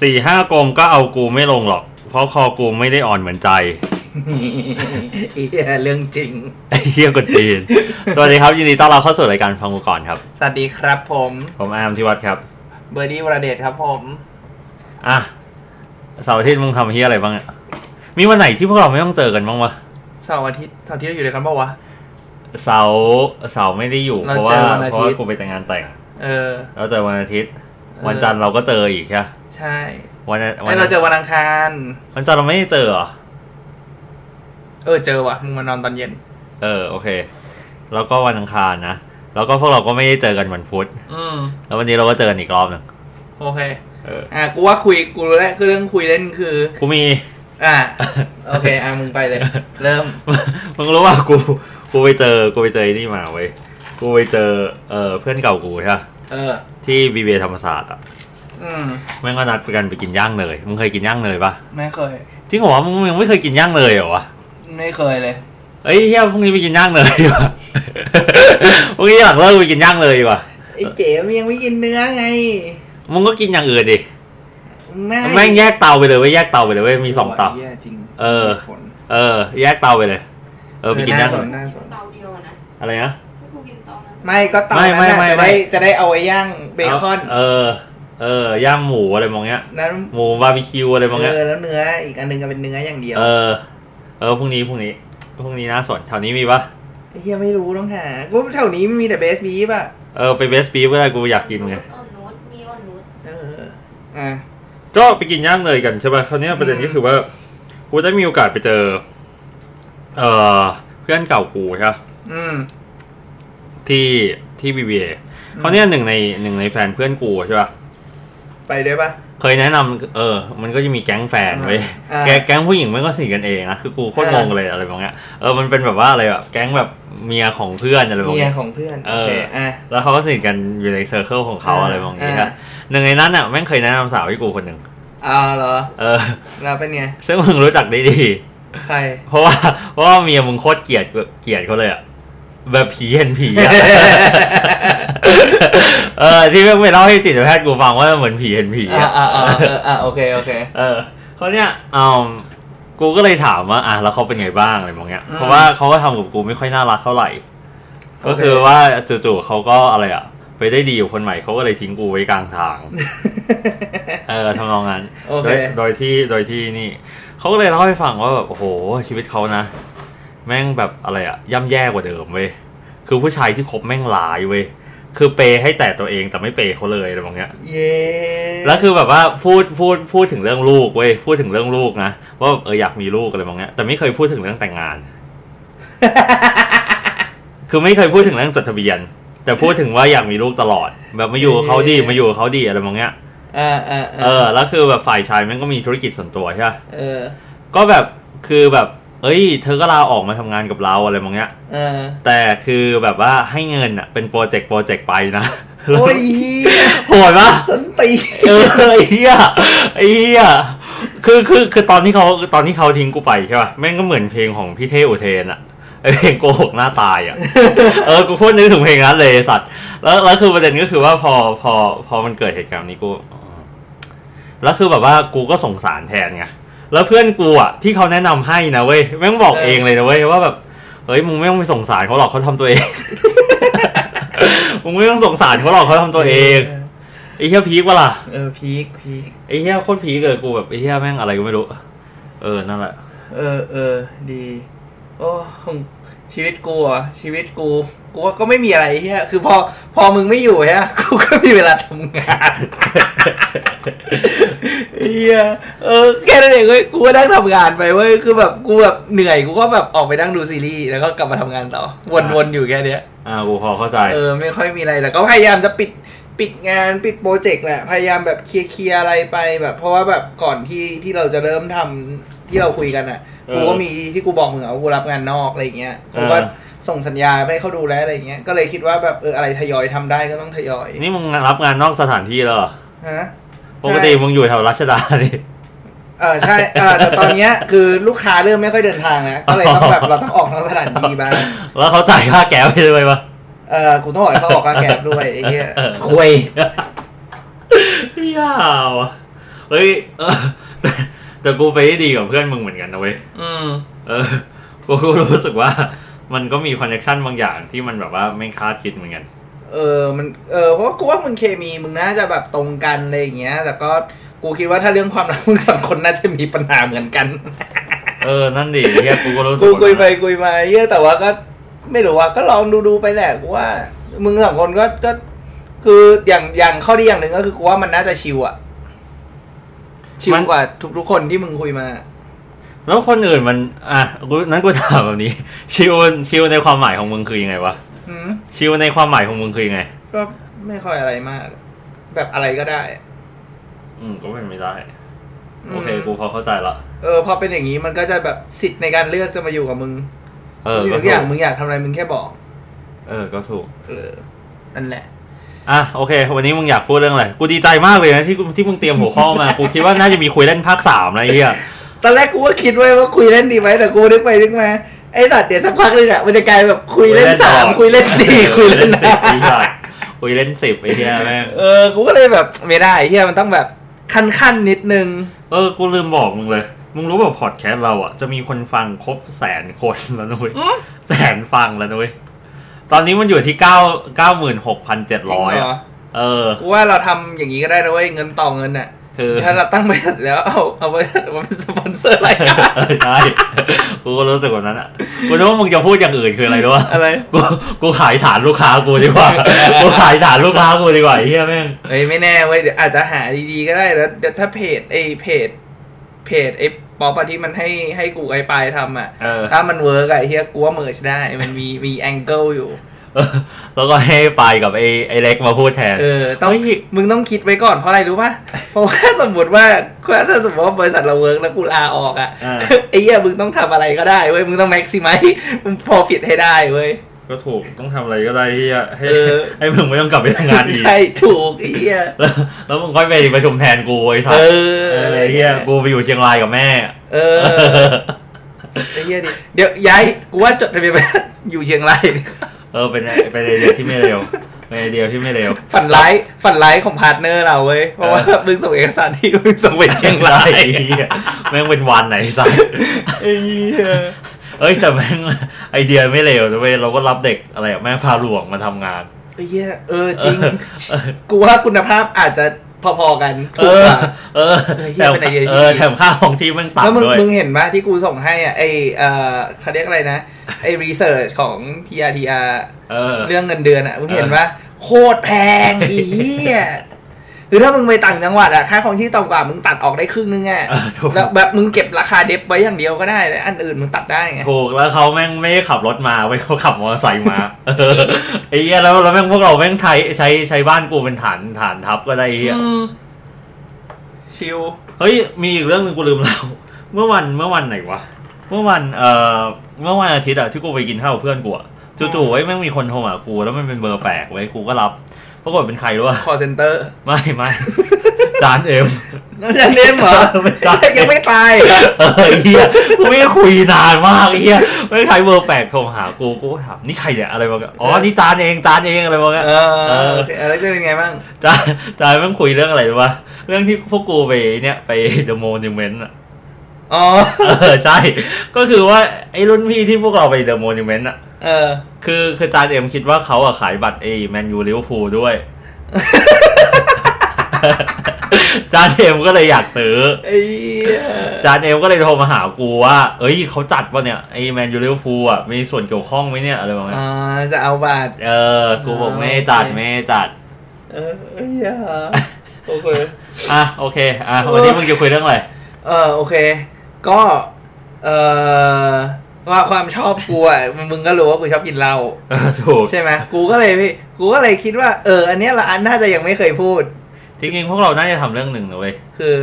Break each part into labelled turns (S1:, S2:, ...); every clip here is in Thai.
S1: สี่ห้ากงก็เอากูไม่ลงหรอก เพราะคอกูไม่ได้อ่อนเหมือนใจ
S2: เอียเรื่องจริง
S1: ไอ้เหี้ยกดตีน สวัสดีครับ ยินดีต้อนรับเข้าสู่รายการฟังกูก่อนครับ
S2: สวัสดีครับผม
S1: ผมอาร์มที่วัดครับ
S2: เบอร์ดี้วรเดชครับผม
S1: อ่ะเสาร์อาทิตย์มึงทำเฮียอะไรบ้างอะมีวันไหนที่พวกเราไม่ต้องเจอกันบ้างวะ
S2: เสาร์อาทิตย์เสาร์อาทิตย์เราอยู่ด้วยกันปะวะ
S1: เสาร์เสาร์ไม่ได้อยู่ เพ
S2: เรา
S1: ราะ
S2: เจ
S1: ว่า
S2: อวันอา
S1: เพราะ
S2: ทิตย์
S1: ว่ากูไปแต่งงานแต่ง
S2: เออ
S1: แล้วเจอวันอาทิตย์ วันจันทร์เราก็เจออีกใช่ปะ
S2: ใช่
S1: วันอะวั
S2: ไอยเราเจอวันอังคาร
S1: วันจันทร์เราไม่ได้เจอเหรอ
S2: เออเจอว่ะมึงมานอนตอนเย็น
S1: เออโอเค แล้วก็วันอังคารนะแล้วก็พวกเราก็ไม่ได้เจอกันวันพุธ
S2: อืม
S1: แล้ววันนี้เราก็เจอกันอีกรอบหนึ่ง
S2: โอเค
S1: เออ
S2: อ่ะกูว่าคุยกูรู้แล้วคือเรื่องคุยเล่นคือ
S1: กูมี
S2: อ่ะ โอเคอ่ะมึงไปเลย เริ่ม
S1: มึงรู้ว่ากูกูไปเจอกูไปเจอไอ้นี่มาเว้ยกูไปเจอเออเพื่อนเก่ากูใช่ปะ
S2: เออ
S1: ที่บีเบธรรมศาสตร์อ่ะ
S2: อืม
S1: แม่งก็นัดกันไปกินย่างเนยมึงเคยกินย่างเนยปะ
S2: ไม่เคย
S1: จริงเหรอวะมึงยังไม่เคยกินย่างเนยเหรอวะ
S2: ไม่เคยเลย
S1: เอ้ยเฮียพรุ่งนี้ไปกินย่างเนยดีกว่ะ พรุ่งนี้หลังเลิกไปกินย่างเนยดีกว่ะ
S2: ไอ้เจ๋มนยังไม่กินเนื้อไง
S1: มึงก็กินอย่างอื่นดิ
S2: ไม่
S1: แม่งแยกเตาไปเลยเว้ยแยกเตาไปเลยเว้ยมีสองเตา
S2: โยหี้ยจริง
S1: เออ
S2: มีผล
S1: เออ แยกเตาไปเลย เออไปกินย่าง
S2: เอ
S1: เน
S2: อ
S1: ย
S2: น่าสน
S3: เตาเดียวอะนะ
S1: อะไรนะ
S3: ให้กูกินเตานั้น
S2: ไม่ก็เตานั้น
S1: ไม่
S2: น่ะ
S1: ไม่
S2: จะ
S1: ไม่
S2: ได้จะได้เอาไว้ย่างเบคอน
S1: เออ เออย่างหมูอะไรมองเงี้ย
S2: นั้น
S1: หมูบาร์บีคิวอะไรมอง
S2: เอ
S1: เงี้ย
S2: อแล้วเนื้ออีกอันหนึงก็เป็นเนื้ออย่างเดียว
S1: เออ เออพรุ่งนี้พรุ่งนี้พรุ่งนี้น่าสนแถวนี้มีปะ
S2: ไอ้เฮียไม่รู้ต้องหากูแถวนี้มันมีแต่เบสบีฟอ่ะ
S1: เออไปเบสบีฟก็ได้กูอยากกินไง
S3: อ่อนนุชมีอ่อนนุช
S2: เอออ่ะ
S1: ก็ไปกินย่างเลยกันใช่ปะคราวเนี้ยประเด็น
S2: อืม
S1: ก็คือว่ากูได้มีโอกาสไปเจอ เออเพื่อนเก่ากูใช่ปะ
S2: อืม
S1: ที่ที่บีบีเอ
S2: อืม
S1: คราวเนี้ยหนึ่งในหนึ่งในแฟนเพื่อนกูใช่ปะ
S2: ไปด้วยปะ
S1: เคยแนะนำเออ มันก็จะมีแก๊งแฟนเว้ย
S2: อ่า
S1: แก๊งแก๊งผู้หญิงมันก็สนิทกันเองนะคือกูโคตรงง
S2: อ่า
S1: เลยอะไรแบบเงี้ยเออมันเป็นแบบว่าอะไรแบบแก๊งแบบเมียของเพื่อนอะไรแบบ
S2: เมีย
S1: เนี้ย
S2: ของเพื่อน
S1: เอ
S2: โอ
S1: อ
S2: เคอ่ะ
S1: แล้วเขาก็สนิทกันอยู่ในเซอร์เคิลของเขา
S2: อ่า
S1: อะไรบางอย่าง
S2: อ่า
S1: นะหนึ่งในนั้นอ่ะแม่งเคยแนะนำสาวให้กูคนหนึ่ง
S2: เอาเหรอ
S1: เออ
S2: แล้วเป็นไง
S1: ซึ่งมึงรู้จักได้ดี
S2: ใคร
S1: เพราะว่าเพราะว่าเมียมึงโคตรเกลียดเกลียดเขาเลยอ่ะ แบบผีเห็นผีอ่ะ เออที่แม่งไปเล่าให้จิตแพทย์กูฟังว่าเหมือนผีเห็นผี
S2: อ่ะ
S1: อ่ะ
S2: อ่ะอ่ะเอออ่ะโอเคโอเค
S1: เออเขาเนี่ยอืมกูก็เลยถามว่าอ่ะแล้วเขาเป็นไงบ้างอะไรบางอย่าง
S2: อืม
S1: เพราะว่าเขาก็ทำกับกูไม่ค่อยน่ารักเท่าไหร่
S2: โอเค
S1: ก็คือว่าจู่ๆเขาก็อะไรอ่ะ ไปได้ดีอยู่คนใหม่เขาก็เลยทิ้งกูไว้กลาง ทาง เออทำนองนั้น
S2: โอ
S1: โด
S2: เค
S1: ยโดยที่โดยที่นี่ เขาก็เลยเล่าให้ฟังว่าแบบโอ้โหชีวิตเขานะ แม่งแบบอะไรอะย่ำแย่กว่าเดิมเว้ยคือผู้ชายที่คบแม่งหลายเว้ยคือเปย์ให้แต่ตัวเองแต่ไม่เปย์เขาเลยอะไรแบบเนี้ย
S2: เย้
S1: แล้วคือแบบว่าพูดพูดพูดถึงเรื่องลูกเว้ยพูดถึงเรื่องลูกนะว่าแบบเอออยากมีลูกอะไรแบบเนี้ยแต่ไม่เคยพูดถึงเรื่องแต่งงาน คือไม่เคยพูดถึงเรื่องจดทะเบียน แต่พูดถึงว่าอยากมีลูกตลอด แบบมาอยู่กับเขาดีมาอยู่กับเขาดีอะไรแบบเนี้ย
S2: อ่ะอ่ะ
S1: เออแล้วคือแบบฝ่ายชายมันก็มีธุรกิจส่วนตัวใช่ปะ
S2: เออ
S1: ก็แบบคือแบบ เอ้ย เธอก็ลาออกมาทำงานกับเราอะไรมองเงี้ย
S2: เออ
S1: แต่คือแบบว่าให้เงินอ่ะเป็นโปรเจกต์โปรเจกต์ไปนะ
S2: โอ้ยเฮีย
S1: โหดปะ
S2: สันติ
S1: เออไอ้เหี้ยไอ้เหี้ยคือคือคือตอนที่เขาตอนที่เขาทิ้งกูไปใช่ป่ะแม่งก็เหมือนเพลงของพี่เท่อุเทนอ่ะไอ้เพลงโกหกหน้าตายอ่ะ เออกูโคตรนึกถึงเพลงนั้นเลยไอ้สัตว์แล้วแล้วคือประเด็นก็คือว่าพอพอพอมันเกิดเหตุการณ์นี้กูอ๋อแล้วคือแบบว่ากูก็สงสารแทนไงแล้วเพื่อนกูอ่ะที่เขาแนะนำให้นะเว้ยแม่งบอก
S2: เออ
S1: เองเลยนะเว้ยว่าแบบเฮ้ยมึงไม่ต้องไปสงสารเขาหรอกเขาทำตัวเอง มึงไม่ต้องสงสารเขาหรอกเขาทำตัวเองไอ้เหี้ยพีกวะล่ะ
S2: เออพีคพีค
S1: ไอ้เหี้ยโคตรพีกเลยกูแบบไอ้เหี้ยแม่งอะไรก็ไม่รู้ เออนั่นแหละ
S2: เออเออดี โอ้ของชีวิตกูอ่ะชีวิตกู กูว่าก็ไม่มีอะไรเฮียคือพอพอมึงไม่อยู่ ฮะกูก็มีเวลาทำงาน เฮียเออแค่นั้นเองเว้ยกูก็นั่งทำงานไปเว้ยคือแบบกูแบบเหนื่อยกูก็แบบออกไปนั่งดูซีรีส์แล้วก็กลับมาทำงานต่อวนๆอยู่แค่เนี้ย
S1: อ่ากูพอเข้าใจ
S2: เออไม่ค่อยมีอะไรแล้วก็พยายามจะปิดปิดงานปิดโปรเจกต์แหละพยายามแบบเคลียร์ๆอะไรไปแบบ เพราะว่าแบบก่อนที่ที่เราจะเริ่มทำที่เราคุยกันอ่ะ
S1: เออ
S2: กูก็มีที่กูบอกมึงอะว่ากูรับงานนอกอะไรอย่างเงี้ยกูก็ส่งสัญญาไปให้เขาดูแลอะไรอย่างเงี้ย ก็เลยคิดว่าแบบเอออะไรทยอยทำได้ก็ต้องทยอย
S1: นี่มึงรับงานนอกสถานที่แล้วเหรอ
S2: ฮะ
S1: ปกติมึงอยู่แถวรัชดานี่
S2: เออใช่เออแต่ตอนเนี้ยคือลูกค้าเริ่มไม่ค่อยเดินทางนะก็เลยต้องแบบเราต้องออกนอกสถานที่บ้าง
S1: แล้วเขาจ่ายค่าแก้วไปด้วยปะ
S2: เออกูต้องบอกให้เขาออกค่าแก๊สด้วยไอ้เงี้ยคุย
S1: ยาว เฮ้ย เออแต่แต่กูไปได้ดีกับเพื่อนมึงเหมือนกันนะเว้ย
S2: อืม
S1: เอ อกูก็รู้สึกว่า มันก็มีคอนเนคชันบางอย่างที่มันแบบว่าไม่คาดคิดเหมือนกัน
S2: เออ มัน เออ เพราะว่ากูว่ามึงเคมีมึงน่าจะแบบตรงกันอะไรอย่างเงี้ย แต่ก็กูคิดว่าถ้าเรื่องความรักมึงสองคนน่าจะมีปัญหาเหมือนกัน
S1: เออ นั่นดิเฮียกูก็รู้สึก
S2: กู
S1: ว่า
S2: คุยไปคุยมาเหี้ยแต่ว่าก็ไม่รู้ว่าก็ลองดูดูๆไปแหละกูว่า มึงสองคนก็ก็ คืออย่างอย่างข้อดีอย่างหนึ่งก็คือกูว่ามันน่าจะชิวอะชิวกว่าทุกๆคนที่มึงคุยมา
S1: แล้วคนอื่นมัน อ่ะกูนั้นกูถามแบบนี้ ชิวชิวในความหมายของมึงคือยังไงวะ
S2: อืม
S1: ชิวในความหมายของมึงคือยังไง
S2: ก็ไม่ค่อยอะไรมาก แบบอะไรก็ได้อะ
S1: อืมก็เป็นไม่ได้
S2: ม
S1: โอเค กูพอเข้าใจละ
S2: เออพอเป็นอย่างนี้มันก็จะแบบสิทธิ์ในการเลือกจะมาอยู่กับมึง
S1: เออ
S2: สิ่ง
S1: ก็
S2: ทุก
S1: ถู
S2: อย่าง
S1: ก
S2: มึงอยากทำอะไรมึงแค่บอก
S1: เออ ก็ถูก
S2: เออ นั่นแหละ
S1: อ่ะโอเค วันนี้มึงอยากพูดเรื่องอะไร กูดีใจมากเลยนะที่ที่มึงเตรียมหัวข้อมา กูคิดว่าน่าจะมีคุยเล่นภาคสามนะไอ้เฮีย
S2: ตอนแรกกูก็คิดไว้ว่าคุยเล่นดีไหมแต่กูนึกไปนึกมาไอ้ตัดเดี๋ยวสักพักเลยเนี่ยมันจะกลายแบบคุยเล่นสามคุยเล่นสี่คุยเล่น
S1: สิ
S2: ห้า
S1: บไอ้เหี้ยคุยเล่นสิบไอ้เฮี ยแม่ง
S2: เออกูก็เลยแบบไม่ได้เฮียมันต้องแบบขั้นขั้นๆนิดนึง
S1: เออ กูลืมบอกมึงเลย มึงรู้แบบพอดแคสต์เราอ่ะ จะมีคนฟังครบแสนคน แล้วนุ้ย แสนฟังแล้วนุ้ย ตอนนี้มันอยู่ที่เก้าเก้าหมื่นหกพันเจ็ดร้อย
S2: จริงเหรอ
S1: เออ
S2: กูว่าเราทำอย่างนี้ก็ได้นะเว้ยเงินต่อเงินน่ะ
S1: คือ
S2: ถ้าเราตั้งบริษัทแล้วเอาเอาบริษัทมาเป็นสปอนเซอร์อะไรายการ
S1: เออใช่ กูก็รู้สึกแบบนั้นอ่ะ กูนึกว่ามึงจะพูดอย่างอื่นคืออะไรรู้ป่ะ
S2: อะไร
S1: กูกูขายฐานลูกค้ากูดีกว่า กูขายฐานลูกค้ากูดีกว่าไอ้เฮียแม่ง
S2: เฮ้ยไม่แน่เว้ยเดี๋ยวอาจจะหาดีๆก็ได้แล้วเดี๋ยวถ้าเพจไอ้เพจเพจไอ้ป๊อปอะที่มันให้ให้กูไอ้ปลายทำอ่ะ
S1: เออ
S2: ถ้ามันเวิร์กอะไอ้เฮียกูว่าเมิร์ชได้มันมีมีแองเกิลอยู่
S1: แล้วก็ให้ไปายกับไอ้ไอ้เล็กมาพูดแทน
S2: เออต้อง
S1: เฮ้ย
S2: มึงต้องคิดไว้ก่อนเพราะอะไรรู้ป่ะ เพราะว่าสมมติว่าถ้าสมมติว่าบริษัทเราเวิร์กแล้วกูลาออกอ่ะ
S1: เออ
S2: ไอ้เหี้ยมึงต้องทำอะไรก็ได้เว้ยมึงต้องแม็กซิมัยมึงพอฟิตให้ได้เว้ย
S1: ก็ถูกต้องทำอะไรก็ได้ที่จะให้
S2: เออ
S1: ให้มึงไม่ต้องกลับไปทำงานอีก
S2: ใช่ถูกไอ้เหี้ย
S1: แล้วแล้วมึงค่อยไปประชุมแทนกูไอ้สัส
S2: เอ
S1: เอ
S2: อ
S1: อไอ้เฮียกูไปอยู่เชียงรายกับแม่
S2: เออไอ้เหี้ยดิเดี๋ยวย้ายกูว่าจดทะเบียน บ้านอยู่เชียงราย
S1: เออเป็นไอเป็นไอเดียที่ไม่เร็วเป็นไอเดียที่ไม่เร็ว
S2: ฝันร้ายฝันร้ายของพาร์ทเนอร์เราเว้ยเพราะว่ามึงส่งเอกสารที่มึงส่งไปเชี
S1: เชี
S2: ย
S1: ย
S2: งราร
S1: งาย ยไอ้เหี้ยแม่งเป็นวันไหนสัส
S2: ไอ้เหี้ย
S1: เอ้ยแต่แม่ง ไอเดียไม่เร็วนะเว้ยเราก็รับเด็กอะไรอะแม่พาหลวงมาทำงาน
S2: ไอ้เหี้ยเออจริง
S1: เออ
S2: กูว่าคุณภาพอาจจะพอๆกัน
S1: เอ
S2: ถูก
S1: อ
S2: ปะ
S1: เออ
S2: เออเหี้
S1: แต่
S2: ยเป็นไอเดียที่ดี
S1: เออแถมค่าของชีพแม่ง
S2: แล้วมึง
S1: ต่ำด้วย
S2: มึงเห็นปะที่กูส่งให้อ่ะไอเออเขาเรียกอะไรนะไอรีเสิร์ชของ PRTR
S1: เออ
S2: เรื่องเงินเดือนอ่ะมึงเห็นปะโคตรแพงไอีเหี้ยคือถ้ามึงไปต่างจังหวัดอ่ะค่าของชีพต่ำกว่ามึงตัดออกได้ครึ่งนึงอ่ะ
S1: เออถูก
S2: แล้วแบบมึงเก็บราคาเด็บไว้อย่างเดียวก็ได้แล้วอันอื่นมึงตัดได้ไง
S1: ถูกแล้วเขาแม่งไม่ได้ขับรถมาไว้ยเขาขับมอเตอร์ไซค์มาเออไอ้เหี้ยแล้วแล้วแม่งพวกเราแม่งใช้ใช้ใช้บ้านกูเป็นฐานฐานทัพก็ได้ไอ้เหี้ย
S2: อืมชิว
S1: เฮ้ย มีอีกเรื่องหนึ่งกูลืมเล่า เมื่อวันเมื่อวันไหนวะ เมื่อวันเอ่อเมื่อวันอาทิตย์อะที่กูไปกินข้าวกับเพื่อนกูอะจู่ๆไอ้ยแม่งมีคนโทรมากูแล้วมันเป็นเบอร์แปลกไว้ยกูก็รับปรากฏเป็นใครรู้ปะ
S2: คอเซนเตอร์
S1: ไม่ไม่ จานเอ็ม
S2: แล้วจะเน้นเหรอ
S1: ไม่ใช่
S2: ยังไม่ตายเหรอ
S1: เออไอ้เฮียกูไม่ได้คุยนานมากไอ้เฮียไม่งใครเบอร์แปลกโทรหากูกูก็ถามนี่ใครเนี่ยอะไรบ้างอ๋อนี่จานเองจานเองอะไรบ้าง
S2: เอ
S1: เอ
S2: อ
S1: อ
S2: โอเคแล้วจะเป็นไงบ้าง
S1: จานจานแม่งคุยเรื่องอะไรรู้ปะเรื่องที่พวกกูไปเนี่ยไปเดอะโมนิเมนต์อะ
S2: อ๋อ
S1: เออใช่ ก็คือว่าไอ้รุ่นพี่ที่พวกเราไปเดอะโมนิเมนต์อ่ะ
S2: เออ
S1: คือคือจานเอ็มคิดว่าเขาอะขายบัตรเอแมนยูลิเวอร์พูลด้วย จานเอ็มก็เลยอยากซื้อ
S2: ไอ้เหี้ย
S1: จานเอ็มก็เลยโทรมาหากูว่า เอ้ยเขาจัดป่ะเนี่ยไอแมนยูลิเวอร์พูลอ่ะมีส่วนเกี่ยวข้องไหมเนี่ยอะไรประมาณ
S2: อ่า
S1: นี้น
S2: จะเอาบาท
S1: เออ กูบอกไม่ได้จัดไม่ได้จัด
S2: เออไอ้เหี้ยโอเค
S1: อ่ะโอเค อ่ะวันนี้มึงจะคุยเรื่องอะไร
S2: เออโอเค ก็ เออว่าความชอบกูอ่ะ มึงก็รู้ว่ากูชอบกินเหล้า
S1: เออถูก
S2: ใช่ไหมกูก็เลยพี่ กูก็เลยคิดว่า เออ อันเนี้ยละอันน่าจะยังไม่เคยพูด
S1: จริงๆพวกเราน่าจะทำเรื่องหนึ่งนะเว้ย
S2: คือ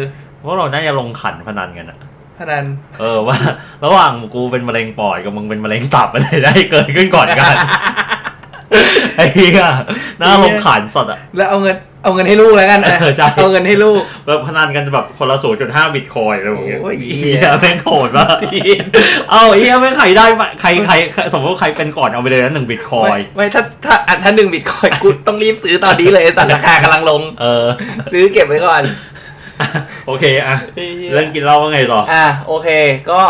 S1: พวกเราน่าจะลงขันพนันกันอะ
S2: พนัน
S1: เออว่า ระหว่างกูเป็นมะเร็งปอดกับมึงเป็นมะเร็งตับอะไรได้เกิดขึ้นก่อน กัน ไอ้เหี้ยน่าลงขานสดอ่ะ
S2: แล้วเอาเงิน เอาเงินให้ลูกแล้วกันนะ
S1: เออใช่
S2: เอาเงินให้ลูก
S1: แบบพนันกันแบบคนละศูนย์จุดห้าบิตคอยน์อะไรแบบเงี้ย
S2: โอ้ยเหี้ย
S1: เหี้ยแม่งโหดมาก เอาไอ้เหี้ยแม่งใครได้ปะใครใครใครสมมติว่าใครเป็นก่อนเอาไปเลยนะหนึ่งบิตคอย
S2: ไม่
S1: น์
S2: ไม่ถ้าถ้าอันถ้าหนึ่งบิตคอยกูต้องรีบซื้อตอนนี้เลยแต่ราคากำลังลง
S1: เออ
S2: ซื้อเก็บไว้ก่อน
S1: โอเคอะเรื่องกินเหล้าว่าไงต่อ
S2: อ่ะโอเค ก็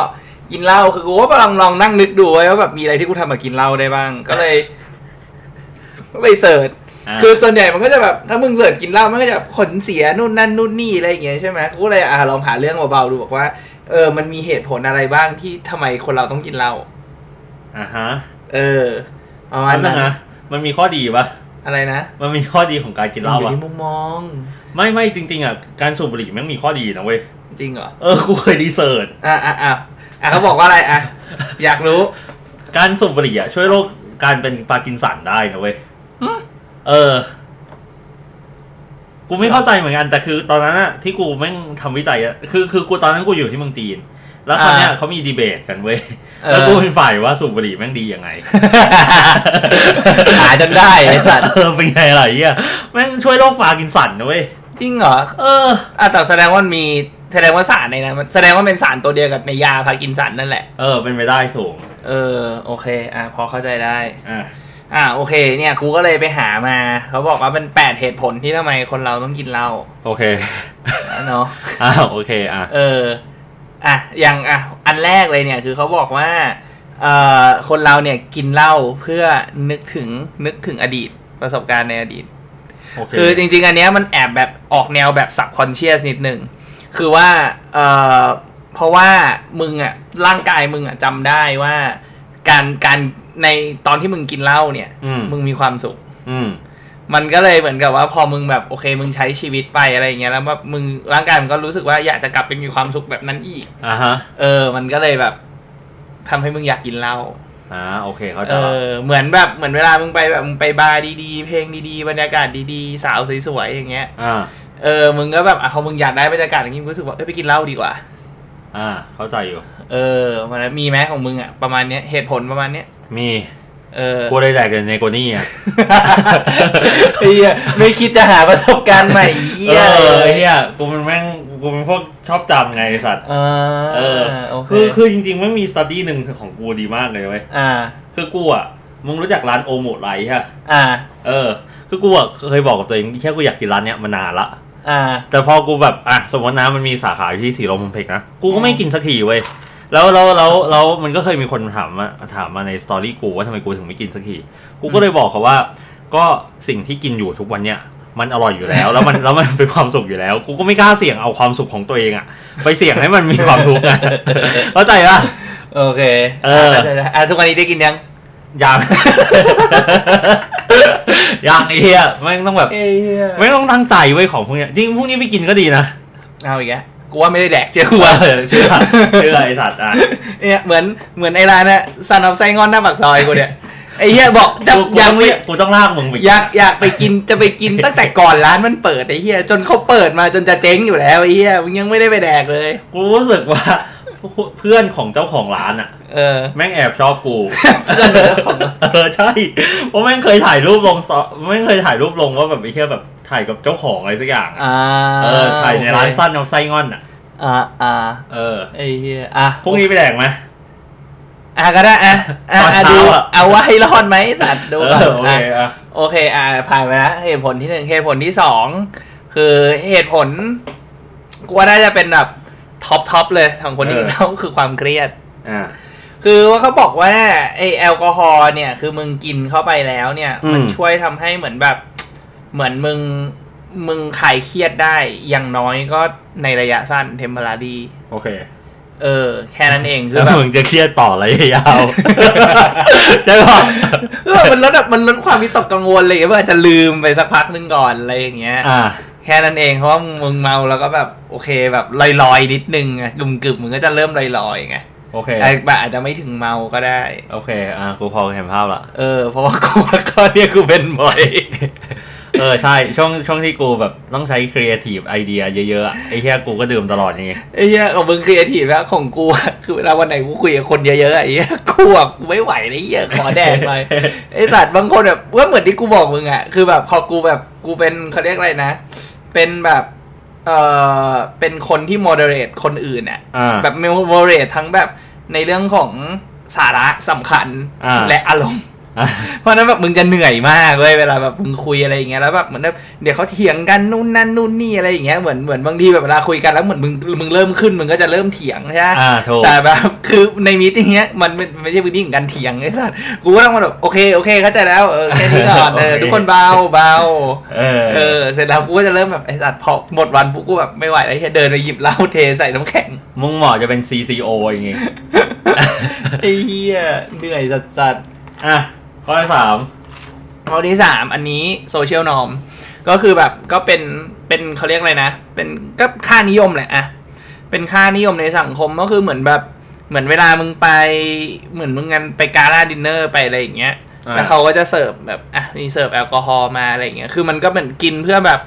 S2: กินเหล้าคือกูก็ลองลองนั่งนึกดูไว้ว่าแบบมีอะไรที่กูทำกับกินเหล้าได้บ้าง ก็เลย ก็เลยเสิร์ช
S1: อ่ะ
S2: คือส่วนใหญ่มันก็จะแบบถ้ามึงเสิร์ชกินเหล้ามันก็จะแบบขนเสียนู่นนั่นนู่นนี่อะไรอย่างเงี้ยใช่ไหมกูเลยอ่ะลองหาเรื่องเบาๆดูบอกว่าเออมันมีเหตุผลอะไรบ้างที่ทำไมคนเราต้องกินเหล้า
S1: อ่าฮะ
S2: เออประมาณ
S1: อันนั้
S2: นั้น น
S1: นะมันมีข้อดีปะ
S2: อะไรนะ
S1: มันมีข้อดีของการกินเหล้า
S2: อยู่
S1: ปะ
S2: ที่มุมมอง
S1: ไม่ไม่จริง ๆอ่ะการสูบบุหรี่แม่งมีข้อดีนะเว้ย
S2: จริงเหรอ
S1: เออกูเคยรีเสิร์ช
S2: อ่ะอ่ะอ่ะอ่ะเขาบอกว่าอะไรอ่ะอยากรู้
S1: การสูบบุหรี่อะช่วยโรคการเป็นปาร์กินสันได้นะเว้ย
S2: ฮะ
S1: เออ กูไม่เข้าใจเหมือนกัน แต่คือตอนนั้นอะที่กูแม่งทำวิจัยอะคือคือกูตอนนั้นกูอยู่ที่เมืองจีน แล้วคราวเนี้ยเขามีดีเบตกันเว้ย
S2: เอ
S1: แล้ว
S2: อ
S1: กูเป็นฝ่ายว่าสูบบุหรี่แม่งดียังไง
S2: หาจนได้ไอ้สัตว์
S1: เออเป็นไงล่ะไอ้เฮียแม่งช่วยโรคปาร์กินสันนะเว้ย
S2: จริงเหรอ
S1: เออ
S2: อ่ะแต่แสดงว่ามันมีแสดงว่าสารในนะมันแสดงว่าเป็นสารตัวเดียวกับในยาพาร์กินสันนั่นแหละ
S1: เออ เป็นไปได้สูง
S2: เออ โอเค อ่ะพอเข้าใจได้
S1: อ่ะ
S2: อ่ะโอเค เนี่ยครูก็เลยไปหามา เขาบอกว่าเป็นแปดเหตุผลที่ทำไมคนเราต้องกินเหล้า
S1: โอเค
S2: อ่ะเนาะ
S1: อ้าวโอเค อ่ะ
S2: เออ อ่ะ อย่างอ่ะ อันแรกเลยเนี่ยคือเขาบอกว่า เอ่อ คนเราเนี่ยกินเหล้าเพื่อนึกถึงนึกถึงอดีตประสบการณ์ในอดีต
S1: โอเค
S2: คือจริง ๆ อันเนี้ยมันแอบแบบออกแนวแบบสับคอนเชียสนิดหนึ่ง คือว่า เอ่อ เพราะว่ามึงอะร่างกายมึงอะจำได้ว่า การการในตอนที่มึงกินเหล้าเนี่ย
S1: อืม
S2: มึงมีความสุข
S1: อืม
S2: มันก็เลยเหมือนกับว่าพอมึงแบบโอเค มึงใช้ชีวิตไปอะไรอย่างเงี้ยแล้วแบบมึงร่างกายมันก็รู้สึกว่าอยากจะกลับไปมีความสุขแบบนั้นอีก
S1: อ่ะฮะ
S2: เออ มันก็เลยแบบทำให้มึงอยากกินเหล้า
S1: อ่า โอเค เข้าใจ
S2: เอ
S1: ละ
S2: อ เหมือนแบบเหมือนเวลามึงไปแบบมึงไปบาร์ดีๆ เพลงดีๆ บรรยากาศดีๆ สาวสวยๆอย่างเงี้ย
S1: อ่า
S2: เออ มึงก็แบบอ่ะพอมึงอยากได้บรรยากาศอย่างนี้มึงรู้สึกว่า เอ้ยไปกินเหล้าดีกว่า
S1: อ่า เข้าใจอยู่
S2: เออมันมีไหมของมึงอ่ะ ประมาณเนี้ย เหตุผลประมาณเนี้ย
S1: มี
S2: เอ อ
S1: กูได้แดกแต่เนโกนี่อ่ะ
S2: ไอ้เหี้ยไม่คิดจะหาประสบการณ์ใหม่ไอ้เหี้ย
S1: เออไอ้
S2: เ
S1: เฮียกูมันแม่ง กูเป็นพวกชอบจำไงไอ้สัตว์
S2: ออ
S1: เออ
S2: โอเค
S1: คือ คือจริงๆ มันมีสตัดดี้หนึ่งของกูดีมากเลยเว้ย
S2: อ่า
S1: คือกูอ่ะ มึงรู้จักร้านโอโมดไลท์ฮะ
S2: อ่า
S1: เออ คือกูอ่ะเคยบอกกับตัวเองแค่กูอยากกินร้านเนี้ยมานานละ
S2: อ่า
S1: แต่พอกูแบบ อ่ะ สมมตินะมันมีสาขาอยู่ที่สีลมพมเพกนะ กูก็ไม่กินสักทีเว้ย แล้วแล้วแล้วแล้วมันก็เคยมีคนถามมาถามมาในสตอรี่กูว่าทำไมกูถึงไม่กินสักที กูก็เลยบอกเขาว่า ก็สิ่งที่กินอยู่ทุกวันเนี้ยมันอร่อยอยู่แล้ว แล้วมันแล้วมันเป็นความสุขอยู่แล้ว กูก็ไม่กล้าเสี่ยงเอาความสุขของตัวเองอะไปเสี่ยงให้มันมีความทุกข์อะเข้าใจปะ
S2: โอเค
S1: เออ
S2: เข้าใจแล้วอ่ะทุกวันนี้ได้กินยัง
S1: อย่าง อย่างไอ้เฮียแม่งต้องแบบ
S2: เอ้ย
S1: แม่งต้องตั้งใจเว้ยของพวกเนี้ยจริงพวกนี้ไม่กินก็ดีนะ
S2: เอาอีกแล้วกูว่าไม่ได้แดกเจ้ากู
S1: เอ
S2: ว่า
S1: อเชื่อเชื่อไอสัตว์อ่ะ
S2: เนี่ยเหมือนเหมือนไอ้ร้านน่ะซันออฟไซงอนหน้าปากซอยกูเนี่ยไอ้เหี้ยบอกจะ
S1: กูกู
S2: ยั
S1: ต้
S2: ง
S1: อง
S2: ไม่
S1: เรียกกูต้องลากมึงไป
S2: อยากอยากไปกินจะไปกินตั้งแต่ก่อนร้านมันเปิดไอ้เหี้ยจนเขาเปิดมาจนจะเจ๊งอยู่แล้วไอ้เหี้ยมึงยังไม่ได้ไปแดกเลย
S1: กูรู้สึกว่า เพื่อนของเจ้าของร้านอ่ะ
S2: เออ
S1: แม่งแอบชอบกู
S2: เพื่อนเจ้าของร้าน
S1: เออใช่เพราะแม่งเคยถ่ายรูปลงซอแม่งเคยถ่ายรูปลงว่าแบบไอ้เหี้ยแบบถ่ายกับเจ้าของอะไรสักอย่างอะ
S2: อ่า
S1: เออถ่ายในร้านสั้นเอาไส้งอนอ่ะ
S2: อ่าอ่า
S1: เออ
S2: ไอ้เหี้ยอ่ะ
S1: พรุ่งนี้ไปแดกไหม
S2: อ่ะก็ได้อ่ะอ่ะ
S1: ตอน
S2: อ่ะ
S1: เช้า
S2: ดู
S1: อ่ะ
S2: เอาว่าให้รอดไหมตัด
S1: เอ
S2: ดู
S1: อโอ
S2: ก่น
S1: เค
S2: อ่ะ
S1: อ่ะ
S2: โอเคอ่ะผ่านไปแล้วเหตุผลที่หนึ่งเหตุผลที่สองคือเหตุผลกูว่าน่าจะเป็นแบบท็อปท็อปเลยของคนที่กินเหล้าคือความเครียด
S1: อ่ะ
S2: คือว่าเขาบอกว่าไอแอลกอฮอล์เนี่ยคือมึงกินเข้าไปแล้วเนี่ย
S1: อืม
S2: มันช่วยทำให้เหมือนแบบ เหมือนมึงมึงคลายเครียดได้อย่างน้อยก็ในระยะสั้นเทมเพลารี
S1: โอเค
S2: เออ แค่นั้นเองคื
S1: แล้
S2: อ
S1: ว
S2: แบบ
S1: มึงจะเครียดต่ออะไร ยาว ใช่ป่ะ
S2: เออมันลดแบบมันลดความวิตกกังวลอะไรอย่างเงี้ยว่าอาจจะลืมไปสักพักหนึงก่อนอะไรอย่างเงี้ย
S1: อ่ะ
S2: แค่นั้นเองเพราะว่ามึงเมาแล้วก็แบบโอเคแบบลอยๆนิดนึงอะกึ่มๆมึงก็จะเริ่มลอยๆไง
S1: โอเค
S2: ไอ้แบบอาจจะไม่ถึงเมาก็ได้
S1: โอเคอ่ะกูพอเห็นภาพละ
S2: เออ เพราะว่ากูว่า ข้อเนี้ยกูเป็นบ่อย
S1: เออใช่ ช่วงช่วงที่กูแบบต้องใช้ครีเอทีฟไอเดียเยอะๆอะไอ้เหี้ยกูก็ดื่มตลอดอย่างเงี้ย
S2: ไอ้เหี้ยของมึงครีเอทีฟแล้วของกูอะ คือเวลาวันไหนกูคุยกับคนเยอะๆอะไอ้เหี้ย กูแบบไม่ไหวเลยไอ้เหี้ย ขอแดกไปไอ้สัตว์บางคนแบบว่าเหมือนที่กูบอกมึงอะคือแบบพอกูแบบกูเป็นเขาเรียกอะไรนะ เป็นแบบเออเป็นคนที่ moderate คนอื่นอะ
S1: อ่า
S2: แบบ moderate ทั้งแบบในเรื่องของสาระสำคัญ
S1: อ่า
S2: และอารมณ์
S1: อ่ะ
S2: เพราะฉะนั้นแบบมึงจะเหนื่อยมากเว้ยเวลาแบบมึงคุยอะไรอย่างเงี้ยแล้วแบบเหมือนแบบเดี๋ยวเขาเถียงกันนู่นนั่นนู่นนี่อะไรอย่างเงี้ยเหมือนเหมือนบางทีแบบเวลาคุยกันแล้วเหมือนมึงมึงเริ่มขึ้นมึงก็จะเริ่มเถียงใช่ไหม
S1: อ่าโทร
S2: แต่แบบ คือในมีติ้งเนี้ยมันมันมันไม่ใช่มีติ้งการเถียงไอ้สัสกูก็ต้องมาแบบโอเคโอเคเข้าใจแล้วเออแค่นี้ก่อนเออ
S1: โอเค
S2: ทุกคนเบาเบา
S1: เออ
S2: เออเสร็จแล้วกูก็จะเริ่มแบบไอ้สัสพอหมดวันปุ๊บกูแบบไม่ไหวแล้วไอ้เหี้ยเดินไปหยิบเหล้าเทใส่น้ำแข็ง
S1: มึงเหมาะจะเป็น CCO อย่างงี้
S2: ไอ้เหี้ยเหนื่อยสัสสัส
S1: อ่ะ ข้อที่สาม
S2: ข้อที่สามอันนี้โซเชียลนอมก็คือแบบก็เป็นเป็นเขาเรียกอะไรนะ เป็นก็ค่านิยมแหละอะเป็นค่านิยมในสังคมก็คือเหมือนแบบเหมือนเวลามึงไปเหมือนมึงงานไปกาล่าดินเนอร์ไปอะไรอย่างเงี้ย
S1: อ่ะ
S2: แล้วเขาก็จะเสิร์ฟแบบอ่ะมีเสิร์ฟแอลกอฮอล์มาอะไรอย่างเงี้ย คือมันก็เหมือนกินเพื่อแบบ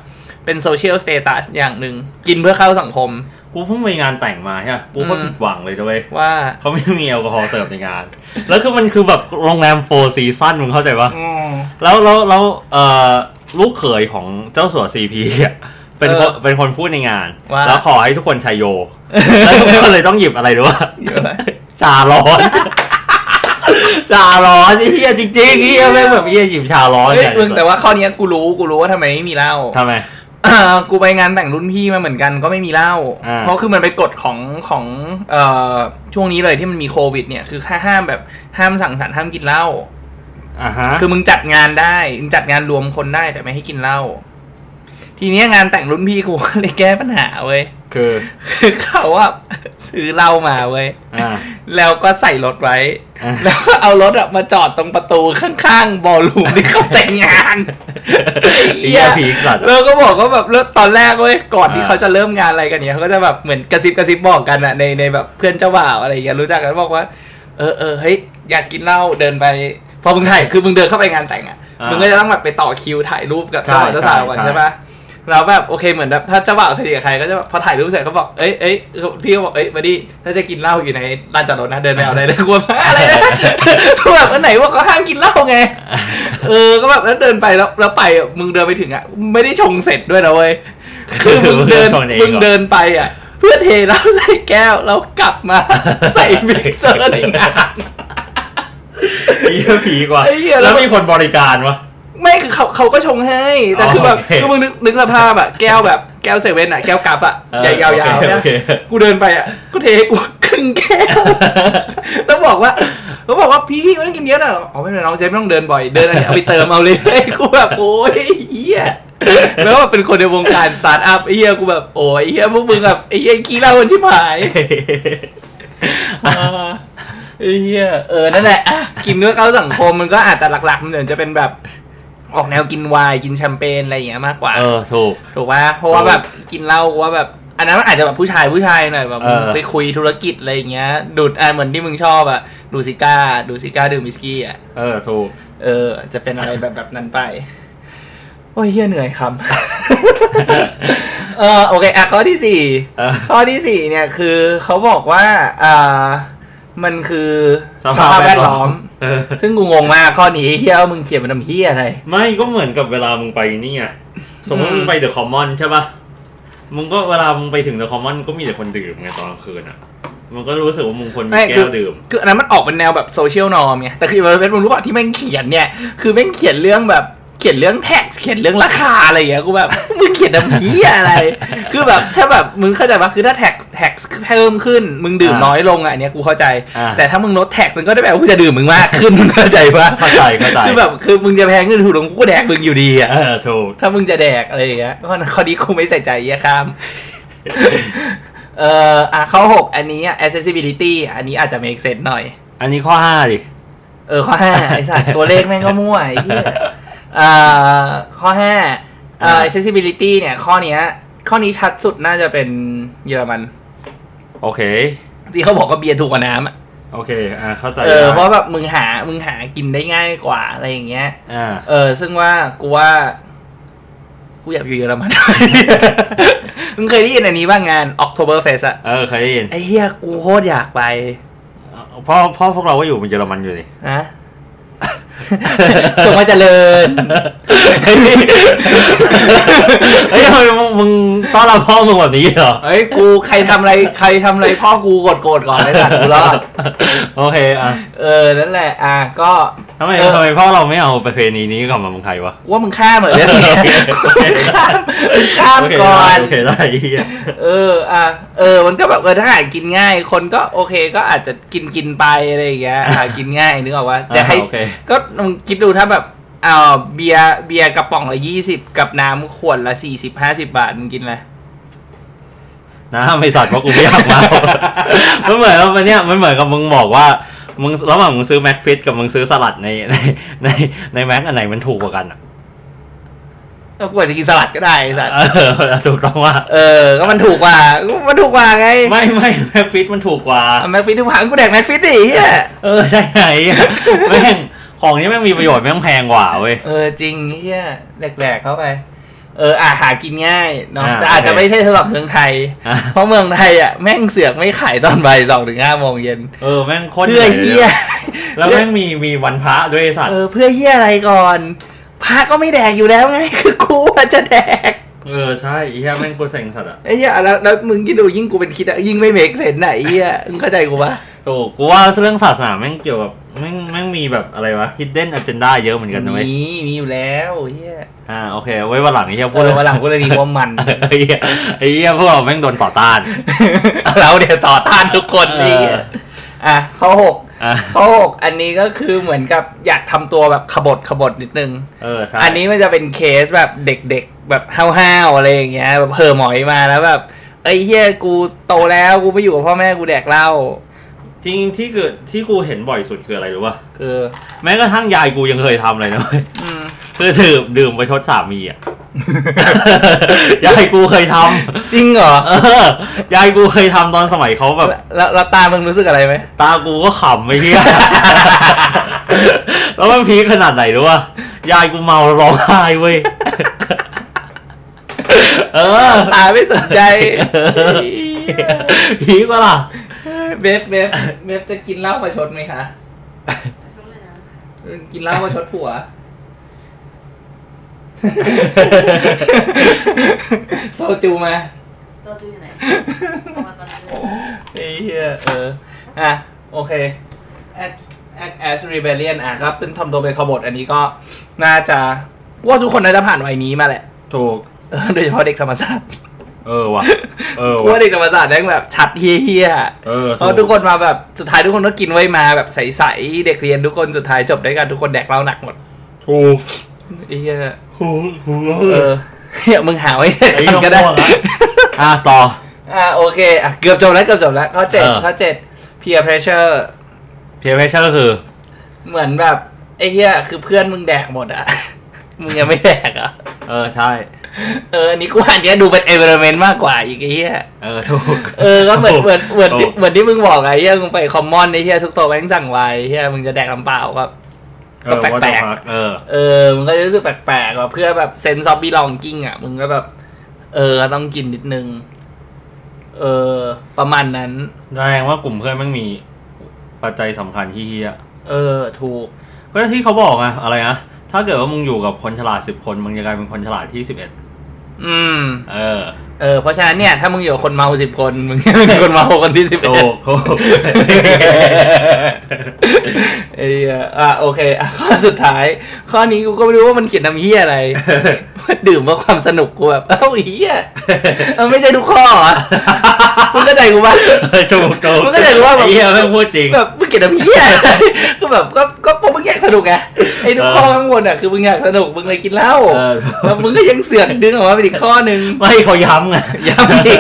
S2: เป็นโซเชียลสเตตัสอย่างหนึ่ง กินเพื่อเข้าสังคม
S1: กูเพิ่งไปงานแต่งมาใช่ปะกูก็
S2: อืม
S1: ผิดหวังเลยจ้ะเว้ย
S2: ว่า
S1: เขาไม่มีแอลกอฮอล์เสิร์ฟในงาน แล้วคือมันคือแบบโรงแรมโฟร์ซีซั่นมึงเข้าใจปะ
S2: อืม
S1: แล้วแล้วแล้วเอ่อลูกเขยของเจ้าสัวซีพีอ่ะเป็นคน
S2: เออ
S1: เป็นคนพูดในงาน
S2: ว่า
S1: แล้วขอให้ทุกคนชัยโย แล้วทุกคนเลยต้องหยิบอะไร รู้ป่ะ
S2: เยอะไหม
S1: ชาร้อน ชาร้อนไอ้เฮียจริงๆเฮียแม่งแบบเฮียหยิบชาร้อน
S2: เฮ้ย
S1: เนี่ย
S2: มึงแต่ว่าข้อเนี้ยกูรู้กูรู้ว่าทำไมไม่มีเหล้า
S1: ทำไม
S2: อ่ากูไปงานแต่งรุ่นพี่มาเหมือนกันก็ไม่มีเหล้า
S1: อ่า
S2: เพราะคือมันไปนกฎของของเอ่อช่วงนี้เลยที่มันมีโควิดเนี่ยคือค่าห้ามแบบห้ามสั่งสรรค์ห้ามกินเหล้า
S1: อ่ะฮะ
S2: คือมึงจัดงานได้มึงจัดงานรวมคนได้แต่ไม่ให้กินเหล้าทีเนี้ยงานแต่งรุ่นพี่กูก็เลยแก้ปัญหาเว้ย
S1: คือ
S2: คือเขาอะซื้อเหล้ามาเว้ย
S1: อ่า
S2: แล้วก็ใส่รถไว้
S1: อ่ะ
S2: แล้วก็เอารถอะมาจอดตรงประตูข้างๆบอลลูมที่เขาแต่งงาน
S1: เฮียผีสัตว์
S2: แล้วก็บอกว่าแบบแล้วตอนแรกเว้ยก่อนที่
S1: อ่า
S2: เขาจะเริ่มงานอะไรกันเนี่ยเขาก็จะแบบเหมือนกระซิบกระซิบบอกกันอะในในแบบเพื่อนเจ้าบ่าวอะไรอย่างเงี้ยรู้จักกันบอกว่า เออเออเฮ้ยอยากกินเหล้าเดินไป พอมึงถ่ายคือมึงเดินเข้าไปงานแต่งอะมึงก็จะต้องแบบไปต่อคิวถ่ายรูปกับเจ้าบ่าวเจ้าสาวก่อนใช่ปะแล้วแบบโอเคเหมือนแบบถ้าเจ้าบ่าวสนิทกับใครก็จะแบบพอถ่ายรูปเสร็จเขาบอกเอ้ยเอ้ยพี่ก็บอกเอ้ยมาดิถ้าจะกินเหล้าอยู่ในลานจอดรถนะเดิน ไปเอาได้เลยกลัวมากอะไรนะแบบอันไหนว่าเขาห้ามกินเหล้าไง เออ ก็แบบแล้วเดินไปแล้วแล้วไปอ่ะมึงเดินไปถึงอ่ะ ไม่ได้ชงเสร็จด้วยนะเว้ย คือมึงเดิน
S1: ชงเองเหรอ
S2: มึงเดินไปอ่ะ เพื่อเทเหล้าใส่แก้วแล้วกลับมา ใส่มิกเซอร์ในงาน
S1: เฮียผีกว่า
S2: ไอ้เหี้ยแล้
S1: แล้ว วมีคนบริการวะ
S2: ไม่คือเขาเขาก็ชงให้ แต่คือแบบ
S1: อ๋อโอเค
S2: คือมึงนึกนึกสภาพอ่ะ แก้วแบบแก้วเซเว่นอ่ะ แก้วกับอ่ะ
S1: เออย
S2: าวๆ
S1: โอเค
S2: ๆนะ
S1: โอเค
S2: กูเดินไปอ่ะก็เทให้กู ครึ่งแก้ว แล้วบอกว่าแล้วบอกว่าพี่พี่ไม่ต้องกินเยอะนะอ๋อไม่เป็นไรน้องเจไม่ต้องเดินบ่อย เดินอะไรเอาไปเติมเอาเลย กูแบบโอ้ยเหี้ยแล้วแบบเป็นคนในวงการสตาร์ทอัพไอ้เหี้ยกูแบบโอ้ยเหี้ยพวกมึงแบบไอ้เหี้ยขี้เหล้ากันชิบหาย ไอ้เหี้ยเออนั่นแหละอ่ะ กินเนื้อเข้าสังคมมันก็อาจจะหลักๆ มันเหมือนจะเป็นแบบออกแนวกินไวน์กินแชมเปญอะไรอย่างเงี้ยมากกว่า
S1: เออถูก
S2: ถูกป่ะเพราะว่าแบบกินเหล้าว่าแบบ อันนั้นมันอาจจะแบบผู้ชายผู้ชายหน่อยแบบ
S1: เออ
S2: ไปคุยธุรกิจอะไรอย่างเงี้ย ดูดอ่ะเหมือนที่มึงชอบอ่ะดูดซิก้า ดูดซิก้าดื่มวิสกี้อ่ะ
S1: เออถูก
S2: เออ จะเป็นอะไรแบบแบบนั้นไป โอ้ยเฮียเหนื่อยคำ เออโอเคอ่ะข้อที่สี่
S1: เออ
S2: ข้อที่สี่เนี่ยคือเขาบอกว่าอ่ามันคือ
S1: สภาพแวดล้อมเออ
S2: ซึ่งกูงงมากข้อนี้เฮียว่ามึงเขียนมันทำเฮียอะไร
S1: ไม่ก็เหมือนกับเวลามึงไปนี่ไงสมมติ
S2: อืม
S1: มึงไปเดอะคอมมอนใช่ปะมึงก็เวลามึงไปถึงเดอะคอมมอนก็มีแต่คนดื่มไงตอนกลางคืนอ่ะ มันก็รู้สึกว่ามึงคนมี
S2: ไม่
S1: แก้
S2: คือ
S1: วดื่ม
S2: คืออันนั้นมันออกเป็นแนวแบบโซเชียลนอมไงแต่คือมันเป็นมึงรู้ป่ะที่แม่งเขียนเนี่ย คือแม่งเขียนเรื่องแบบเขียนเรื่องแท็กเขียนเรื่องราคาอะไรอย่างเงี้ยกูแบบ มึงเขียนน้ำพียอะไร คือแบบถ้าแบบมึงเข้าใจป่ะคือถ้าแท็กแท็กเพิ่มขึ้น มึงดื่ม
S1: อ่า
S2: น้อยลงอ่ะอันเนี้ยกูเข้าใจ
S1: อ่า
S2: แต่ถ้ามึงลดแท็กมันก็ได้แปลว่ากูจะดื่มมึงมากขึ้นมึงเข้าใจป่ะ
S1: เข้าใจเข้าใจ
S2: คือแบบคือมึงจะแพงขึ้นถูกลงกูก็แดกมึงอยู่ดีอ่ะ
S1: เออถูก
S2: ถ้ามึงจะแดกอะไรอย่างเงี้ยเพราะฉะนั้นข้อนี้กูไม่ใส่ใจเหี้ยข้าม เอ่ออ่ะข้อหกอันนี้อ่ะ accessibility อันนี้อาจจะ make sense หน่อย
S1: อันนี้ข้อห้าดิ
S2: เออข้อห้าไอ้สัตว์ตัวเลขแม่งก็มั่วไอ้เหี้ยอ่าข้อห้าเอ่อ accessibility เนี่ย ข้อเนี้ย ข้อนี้ชัดสุดน่าจะเป็นเยอรมัน
S1: โอเค
S2: ที่เขาบอกว่าเบียร์ถูกกว่าน้ำอะ
S1: โอเค อ่าเข้าใจ
S2: เออ
S1: ได้
S2: เพราะแบบมึงหามึงหากินได้ง่ายกว่าอะไรอย่างเงี้ย
S1: อ่า
S2: เออ ซึ่งว่ากูว่า กูอยากอยู่เยอรมัน มึงเคยได้ยินอันนี้บ้างงาน Oktoberfest อะ
S1: เออเคยได้ยิน
S2: ไอ้เหี้ยกูโคตรอยากไป
S1: เพ่อ พ่อพวกเราก็อยู่เยอรมันอยู่นี่
S2: นะ ส่งมาเจริญ
S1: เฮ้ยทำไมมึงต้อนรับพ่อมึงแบบนี้เหรอ
S2: เฮ้ยกูใครทำอะไรใครทำอะไรพ่อกูกดโกรธก่อนเลยสัตว์กูรอด
S1: โอเคอ่ะ
S2: เออนั่นแหละ อ่ะก็
S1: ทำไม
S2: เออ
S1: ทำไมพ่อเราไม่เอาประเพณีนี้กลับมาเมืองไทยวะ
S2: กูว่ามึงข้ามเหมือนเดิม
S1: โอเค
S2: ข้ามมึง ข้าม
S1: โเค
S2: ก่อน
S1: โอเคได้ไอ้เหี้ย
S2: เออ อ่ะ เออ มันก็แบบเออถ้าหากินง่าย คนก็โอเค ก็อาจจะกินกินไปอะไรอย่างเงี้ย หากินง่ายนึกออกว่าแต่ให้
S1: อ่ะโอเค
S2: ก็มึงคิดดูถ้าแบบอ่าเบียร์เบียร์กระป๋องละยี่สิบกับน้ำขวดละสี่สิบห้าสิบาทมึงกินอะไร
S1: นะไม่สัตว์เพราะกูไม่อยาก เมา มันเหมือนกับมันเนี่ยมันเหมือนกับมึงบอกว่ามึงระหว่างมึงซื้อแม็กฟิตกับมึงซื้อสลัดในในในในแม็กอันไหนมันถูกกว่ากันอ่ะ
S2: ก็กว่าจะกินสลัดก็ได้ไอ้สัตว์
S1: เออถูกต้องว่า
S2: เออ ก็มันถูกกว่าก็มันถูกกว่าไง
S1: ไม่ไม่แม็กฟิตมันถูกกว่า
S2: อ่ะแม็กฟิตทุกหางกูแดกแม็กฟิตดิเฮีย
S1: เออใช่ไงแม่งของนี้แม่งมีประโยชน์แม่งแพงกว่าเว้ย
S2: เออจริงเฮียแดกๆเข้าไป เอออ่ะหากินง่ายเนาะ
S1: อ่า
S2: แต่อาจ
S1: โอ
S2: จะ
S1: เค
S2: ไม่ใช่สำหรับเมืองไทย
S1: อ่ะ
S2: เพราะเมืองไทยอ่ะแม่งเสือกไม่ขายตอนบ่ายสองถึงห้าโมงเย็น
S1: เออแม่งโคตร
S2: เพื่อ
S1: หนื่
S2: เฮีย
S1: แล้วแม่งมีมีวันพระด้วยไอ้สัต
S2: เอ
S1: ว์
S2: อเพื่อเฮียอะไรก่อนพระก็ไม่แดกอยู่แล้วไง คือกูว่าจะแดก
S1: เออใช่ไอ้เหี้ยแม่งกูเซ็งสัตว์อ่ะ
S2: ไอ้เหี้ยแล้วแล้วมึงคิดดูยิ่งกูเป็นคิดอะยิ่งไม่เมกเซนไหนะไอ้เหี้ยมึงเข้าใจกูปะ
S1: ถูกกูว่าเรื่องศาสนาแม่งเกี่ยวกับแม่งแม่งมีแบบอะไรวะ hidden agenda เยอะเหมือนกันนะเว้ย
S2: มีมีอยู่แล้วไอ้เหี้ย
S1: อ่าโอเคไว้วันหลังไอ้เหี้ย
S2: พู
S1: พู
S2: ด
S1: ด
S2: เลยว่าหลังกูเลยดีว่ามัน
S1: ไอ้เหี้ยไอ้เหี้ยพวกเราแม่งโดนต่อต้าน
S2: เราเดี๋ยวต่อต้านทุกคนไอ้เหี้ย
S1: เออ
S2: อ่ะข้อหก
S1: อ่ะ
S2: ข้อหกอันนี้ก็คือเหมือนกับอยากทำตัวแบบขบฏขบฏนิดนึง
S1: เออใช่
S2: อันนี้มันจะเป็นเคสแบบเด็กๆ แบบห้าวๆอะไรอย่างเงี้ยแบบเห่อหมอยมาแล้วแบบไอ้เฮียกูโตแล้วกูไม่อยู่กับพ่อแม่กูแดกเหล้า
S1: จริงที่เกิดที่กูเห็นบ่อยสุดคืออะไรรู้ป่ะ
S2: คือ
S1: แม้กระทั่งยายกูยังเคยทำเลยนะเว้ย
S2: อืม
S1: คือดื่มดื่มไปชดสามี อ่ะ ยายกูเคยท
S2: จริงเหรอ
S1: ำเออยายกูเคยทำตอนสมัยเขาแบบ
S2: แล้วแล้วตามึงรู้สึกอะไรไหม
S1: ตากูก็ขำไปเที่ย แล้วมันพีคขนาดไหนรู้ป่ะยายกูเมาแล้วร้องไห้เว้ย เออ
S2: ตาไม่สนใจ
S1: พีคปะล่ะ
S2: เบฟเบฟเบฟจะกินเหล้าประชดไหมคะ
S3: ขอโทษเลยนะ
S2: กินเหล้าประชด ผัว โซจูมา
S3: โซจู อยู่ไหนเอามาตอนนั้นเลย
S2: ไอ้เหี้ยเออ อ่ะ โอเค act act as rebellion อ่ะครับ เป็นทำตัวเป็นขบฏอันนี้ก็น่าจะว่าทุกคนน่าจะผ่านวัยนี้มาแหละ
S1: ถูก
S2: เออโดยเฉพาะเด็กธรรมศาสตร์
S1: เออว่ะ เออ
S2: เพราะ
S1: ว่ะ
S2: ว่าเด็กธรรมศาสตร์แม่งแบบชัดเฮี้ย
S1: เออ
S2: ๆเพราะทุกคนมาแบบสุดท้ายทุกคนก็กินไว้มาแบบใสๆเด็กเรียนทุกคนสุดท้ายจบด้วยกันทุกคนแดกเหล้าหนักหมด
S1: ถูก
S2: ไอ้เหี้ย
S1: ถูกถูก
S2: เออเฮียมึงหาไว้
S1: ไอ้เหี้ย
S2: ก็ได้
S1: ม่วงละอ่ะต่อ
S2: อ่ะโอเคอ่ะเกือบจบแล้วเกือบจบแล้วข้อเจ็ด
S1: เออ
S2: ข้อเจ็ด peer pressure
S1: เพียร์เพชเชอร์ก็คือ
S2: เหมือนแบบไอ้เหี้ยคือเพื่อนมึงแดกหมดอ่ะ มึงยังไม่แดกอ่ะ
S1: เออใช่
S2: เออ นี่กูว่าอันเนี้ยดูเป็นเอเวอร์เมนต์มากกว่าอีกไอ้เหี้ย
S1: เออถูก
S2: เออ ก็เหมื อนเหมือนเหมือน
S1: โอ้
S2: ที่เหมือนที่มึงบอกไอ้เหี้ยมึงไปคอมมอนไอ้เหี้ยทุกโตัวแม่งสั่งไว้ไอ้เหี้ยมึงจะแดกลำเปล่าก็
S1: เออ what
S2: แป
S1: the
S2: ลกๆ
S1: fuck เออ
S2: เออ มึงก็จะรู้สึกแปลกๆว่าเพื่อแบบเซนซ์ออฟบีลองกิ้งอ่ะ มึงก็แบบ เออก็ต้องกินนิดนึง เออ ประมาณนั้น
S1: แสดงว่ากลุ่มเพื่อนแมันมีปัจจัยสำคัญที่เฮีย
S2: เออ ถูก
S1: ก็ที่เขาบอกอะอะไรนะถ้าเกิดว่ามึงอยู่กับคนฉลาดสิบคน มึงจะกลายเป็นคนฉลาดที่สิบเอ็ด
S2: อืม
S1: เออ
S2: เออ เพราะฉะนั้นเนี่ย ถ้ามึงอยู่กับคนเมาสิบคน มึง จะเป็นคนเมาคนที่สิบ
S1: โต
S2: เอ็ด
S1: โต
S2: ไอ้เหี้ยอ่ะโอเคอ่ะข้อสุดท้าย ข้อนี้กูก็ไม่รู้ว่ามันเขียนทำเฮียอะไร ดื่มเพื่อความสนุกกูแบบเอ้าเฮียมันไม่ใช่ทุกข้อเหรอ่ะ มึงเข้าใจกูปะ
S1: ถูกถูก
S2: มันก็เลยรู้ว่าแบบ
S1: ไอ้เฮียแม่งพูดจริง
S2: แบบมึงเขียนทำเฮีย อะไรก็แบบก็ก็เพราะมึงอยากสนุกไงไอ้ทุกข้อ
S1: เออ
S2: ข้างบนอ่ะคือมึงอยากสนุกมึงเลยกินเหล้า
S1: เออ
S2: แล้วมึงก็ยังเสือกดึงออกมาเป็นอีกข้อหนึ่ง
S1: ไม่เขาย้ำไง
S2: ย้ำอีก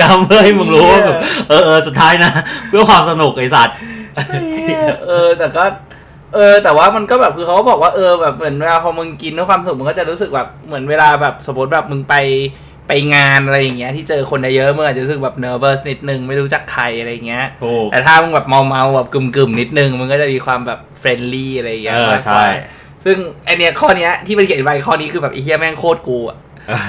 S1: ย้ำเพื่อให้มึงรู้ว่าแบบเออเออสุดท้ายนะ เพื่อความสนุกไอสัตว์
S2: เออ แต่ก็ เออ แต่ว่ามันก็แบบคือเขาก็บอกว่าเออแบบเหมือนเวลาพอมึงกินด้วยความสุขมึงก็จะรู้สึกแบบเหมือนเวลาแบบสมมติแบบมึงไปไปงานอะไรอย่างเงี้ยที่เจอคนเยอะๆมึงอาจจะรู้สึกแบบ nervous นิดนึงไม่รู้จักใครอะไรอย่างเงี้ย
S1: ถูก
S2: แต่ถ้ามึงแบบเมาเมาๆแบบกึ่มๆนิดนึงมึงก็จะมีความแบบ friendly อะไรอย่างเงี้ย
S1: เออ
S2: มากกว่า
S1: ใช่
S2: ซึ่งไอเนี้ยข้อเนี้ยที่มันเขียนไว้ข้อนี้คือแบบไอเฮียแม่งโคตรกูอะ
S1: เออ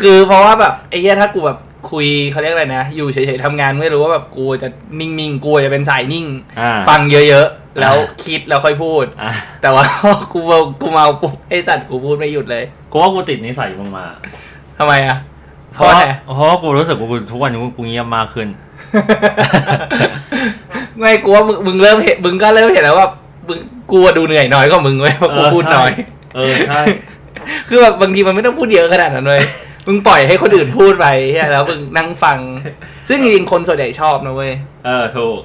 S2: คือเพราะว่าแบบไอ้เหี้ยถ้ากูแบบ คุยเขาเรียกอะไรนะ อยู่เฉยๆทำงานไม่รู้ว่าแบบกูจะนิ่งๆกูจะเป็นสายนิ่ง
S1: อ่า
S2: ฟังเยอะๆ แล้วคิดแล้วค่อยพูด
S1: อ่ะ
S2: แต่ว่า กูเมากูเมาปุ๊บไอสัตว์กูพูดไม่หยุดเลย
S1: กูว่ากูติดนิสัยมึงมา
S2: ทำไมอ่ะเพ
S1: เพ
S2: ราะ
S1: ราะ
S2: อะไร
S1: เพราะว่ากูรู้สึกว่ากูทุกวันนี้กูเงียบมากขึ้น
S2: ไม่กูว่ามึงมึงเริ่มเห็นมึงก็เริ่มเห็นแล้วว่ามึงกูอะดูเหนื่อยน้อยกว่ามึงเว้ยเพราะกู
S1: เออ
S2: พูด
S1: ใช่
S2: น้อย
S1: เออใช่
S2: คือแบบบางทีมันไม่ต้องพูดเยอะขนาดนั้น เลยมึงปล่อยให้คนอื่นพูดไปเหี้ยแล้วมึงนั่งฟัง ซึ่งจริงๆคนส่วนใหญ่ชอบนะเว้ย
S1: เออถูก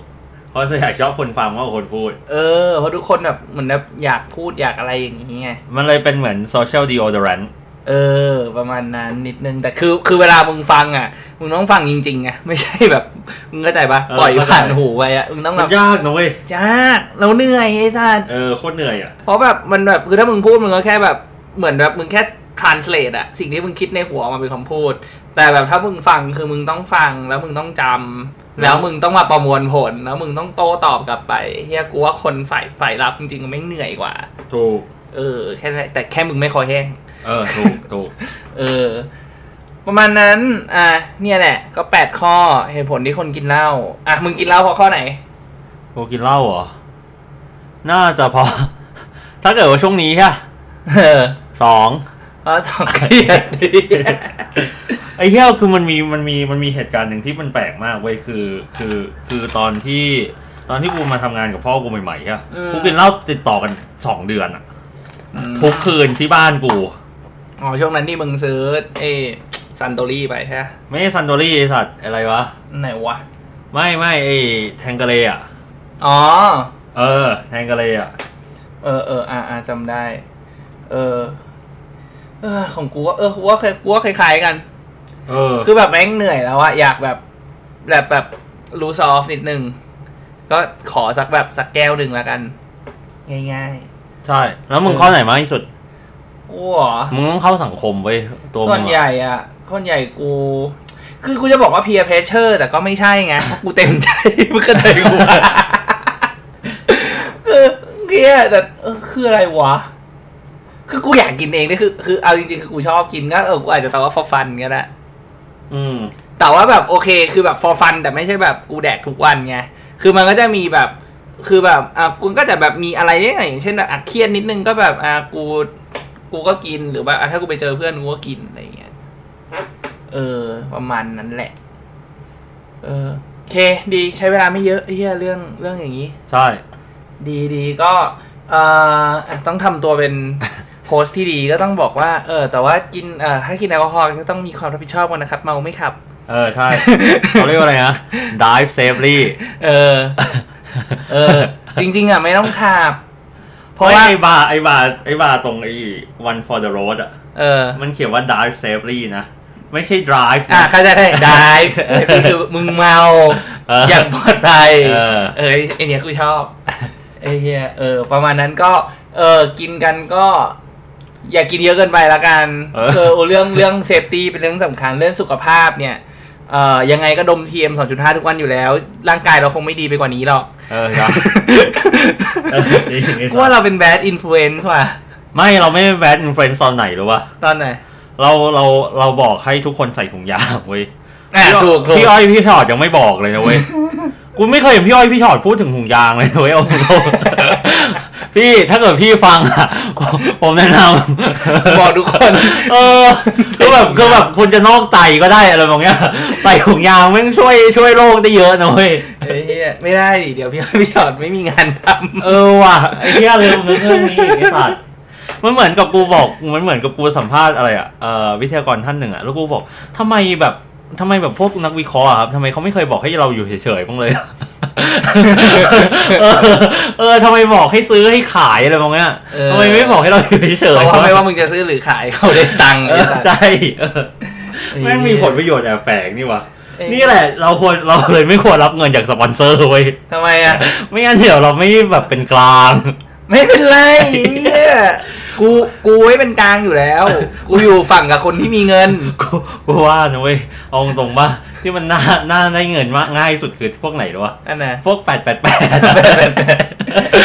S1: เพราะส่วนใหญ่ชอบคนฟังมากกว่าคนพูด
S2: เออเพราะทุกคนแบบเหมือนแบบอยากพูดอยากอะไรอย่างนี้ไง
S1: มันเลยเป็นเหมือน social deodorant
S2: เออ ประมาณนั้นนิดนึงแต่คือคือเวลามึงฟังอ่ะมึงต้องฟังจริงๆไงไม่ใช่แบบมึงเข้าใจปะ
S1: เออ
S2: ปล่อย
S1: เข้าใจ
S2: ผ่านหูไปอ่ะมึงต้องแบ
S1: มัน
S2: บ
S1: ยากนะเว้ย
S2: จ้าเราเหนื่อยไอ้สัส
S1: เออโคตรเหนื่อยอ่ะ
S2: เพราะแบบมันแบบคือถ้ามึงพูดมึงก็แค่แบบเหมือนแบบมึงแค่ translate อะสิ่งที่มึงคิดในหัวออกมาเป็นคำพูด แต่แบบถ้ามึงฟังคือมึงต้องฟังแล้วมึงต้องจำ
S1: ม
S2: แล้วมึงต้องมาประมวลผลแล้วมึงต้องโต้ตอบกลับไปเฮียกูว่าคนฝ่ายฝ่ายรับจริงๆมันไม่เหนื่อยกว่า
S1: ถูก
S2: เออแค่นั้นแต่แค่มึงไม่คอแห้ง
S1: เออถูกถูก
S2: เออ ประมาณนั้น อ่ะเนี่ยแหละ ก็แปดข้อเหตุผลที่คนกินเหล้าอ่ะมึงกินเหล้าเพราะข้อไหน
S1: กูกินเหล้าเหรอ น่าจะพอ ถ้าเกิดว่าช่วงนี้ใช่ปะ
S2: เออ
S1: สอง
S2: เพราะส องเครียดดิ
S1: ไอ้เหี้ยคือมันมีมันมีมันมีเหตุการณ์หนึ่งที่มันแปลกมากเว้ยคือ คือคือตอนที่ตอนที่กูมาทำงานกับพ่อกูใหม่ๆใช่ปะกูกินเหล้าติดต่อกันสองเดือนอ่ะ ทุกคืนที่บ้านกู
S2: อ๋อช่วงนั้นที่มึงซื้อเอซันโตรี่ไปฮะ
S1: ไม่ใช่ซันโดรี่ไอ้สัตว์อะไรวะ
S2: ไหนวะ
S1: ไม่ไม่ไอแทงเกเลอ่ะ
S2: อ๋อ
S1: เออ แทงเกเลอ่ะ
S2: เออเอออ่าอ่าจำได้ เออ เออ ของกูก็เออกูว่าเคยกูว่าคล้ายๆกัน
S1: เออ
S2: คือแบบแม่งเหนื่อยแล้วอะอยากแบบ แบบแบบรู้ซอฟนิดนึง ก็ขอสักแบบสักแก้วหนึ่งแล้วกัน ง่าย
S1: ใช่ แล้วมึง
S2: เออ
S1: เข้าไหนมากที่สุด
S2: ๆ กูเหรอ
S1: มึงต้องเข้าสังคมเว้ยตัว
S2: ส่
S1: มึ
S2: วน
S1: ง
S2: ให
S1: อะ
S2: ญ่อะส่วนใหญ่กู คือกูจะบอกว่า peer pressure แต่ก็ไม่ใช่ไงเพราะกูเต็มใจ มึงก็ใจกูอะเออเกี้ยแต่เออคืออะไรวะ คือกูอยากกินเองนี่คือ คือเอาจริงๆคือกูชอบกินก็เออกูอาจจะแต่ว่า for fun ก็ได้
S1: อืม
S2: แต่ว่าแบบโอเค คือแบบ for fun แต่ไม่ใช่แบบกูแดกทุกวันไง คือมันก็จะมีแบบ คือแบบอ่ะกูก็จะแบบมีอะไรนิดหน่อยอย่างเช่นแบบอ่ะเครียดนิดนึงก็แบบอ่ะกู กูก็กินหรือว่าอ่ะถ้ากูไปเจอเพื่อนกูก็กินอะไรอย่างเงี้ย เออ ประมาณนั้นแหละ เออโอเค ดีใช้เวลาไม่เยอะไอ้เฮียเรื่องเรื่องอย่างนี้
S1: ใช่
S2: ดีดีก็เอ่ออ่ะต้องทำตัวเป็น โฮสที่ดีก็ต้องบอกว่า เออ แต่ว่ากินเอ่อถ้ากินแอลกอฮอล์ก็ต้องมีความรับผิดชอบกันนะครับ เมาไม่ขับ
S1: เออ ใช่ เขาเรียกว่าอะไรนะ dive safely
S2: เออ เออ จริง ๆ อ่ะ ไม่ต้องขับ เพ
S1: เพราะ
S2: ราะว่า
S1: ไอ้บาร์ไอ้บาร์ไอ้บาร์ตรงไอ้ one for the road อ่ะ
S2: เออ
S1: มันเขียนว่า dive safely นะ ไม่ใช่ drive
S2: อ่ะ
S1: นะ
S2: เข้าใจได้ได้คือมึงเมา
S1: เออ
S2: อ
S1: อย่าง
S2: ปลอดภัย
S1: เออ
S2: เออไอเนี้ยกูชอบไอเฮียเออ ประมาณนั้นก็เออกินกันก็ อย่ากินเยอะเกินไปละกัน
S1: เออ
S2: เออเรื่องเรื่องเซฟตี้เป็นเรื่องสำคัญเรื่องสุขภาพเนี่ยเออยังไงก็ดม PM 2.5 ทุกวันอยู่แล้ว ร่างกายเราคงไม่ดีไปกว่านี้หรอก
S1: เออใช่เออจริงไอ้
S2: กู
S1: สั
S2: ว่า
S1: ส
S2: เราเป็นแบดอินฟลูเอนซ์ว่ะ
S1: ไม่เราไม่แบดอินฟลูเอนซ์ตอนไหนหรือวะ
S2: ตอนไหน
S1: เราเราเราบอกให้ทุกคนใส่ถุงยางเว้ย
S2: อ่ะ
S1: พี่
S2: ถูกถูก
S1: พี่อ้อยพี่ชอดยังไม่บอกเลยนะเว้ย กูไม่เคยเห็นพี่อ้อยพี่ชอดพูดถึงถุงยางเลยนะเว้ยเอาตรงๆ พี่ถ้าเกิดพี่ฟังอ่ะ ผมผมแนะนำ
S2: บอกทุกคน
S1: เออคือแบบคือแบบคุณจะนอกใจก็ได้อะไรแบบเนี้ย ใส่ถุงยางแม่งช่วยช่วยโลกได้เยอะนะเว้ย
S2: ไอ้เฮียไม่ได้ดิเดี๋ยวพี่พี่ชอดไม่มีงานทำ
S1: เออว่ะไอ้เหี้ยเลยมึงเรื่องนี้ไอ้สัตว์มันเหมือนกับกูบอกมันเหมือนกับกูสัมภาษณ์อะไรอ่ะเอ่อวิทยากรท่านหนึ่งอ่ะแล้วกูบอกทำไมแบบทำไมแบบพวกนักวิเคราะห์อะครับทำไมเขาไม่เคยบอกให้เราอยู่เฉยๆบ้างเลย เออเออทำไมบอกให้ซื้อให้ขายอะไรบางอย่าง
S2: เออ
S1: ทำไมไม่บอกให้เราอยู่เฉย
S2: เพราะว่าไม่
S1: ๆ
S2: ว่ามึงจะซื้อหรือขายเขาได้ตังค์
S1: เอ
S2: ไอ้
S1: อ
S2: สัส
S1: ใช่ เออแม่งมีผลประโยชน์แอบแฝงนี่วะ
S2: เออ
S1: นี่แหละเราควรเราเลยไม่ควรรับเงินจากสปอนเซอร์เว้ย
S2: ทำไมอ่ะ
S1: ไม่งั้นเดี๋ยวเราไม่แบบเป็นกลาง
S2: ไม่เป็นไรไอ้เหี้ยกูกูไว้เป็นกลางอยู่แล้ว กูอยู่ฝั่งกับคนที่มีเงิน
S1: กูกูว่านะเว้ยเอาตรงๆป่ะที่มันน่าน่าได้เงินมากง่ายสุดคือพวกไหนรู้ป่ะ
S2: นั่นนะ
S1: พวกแปดแปดแปด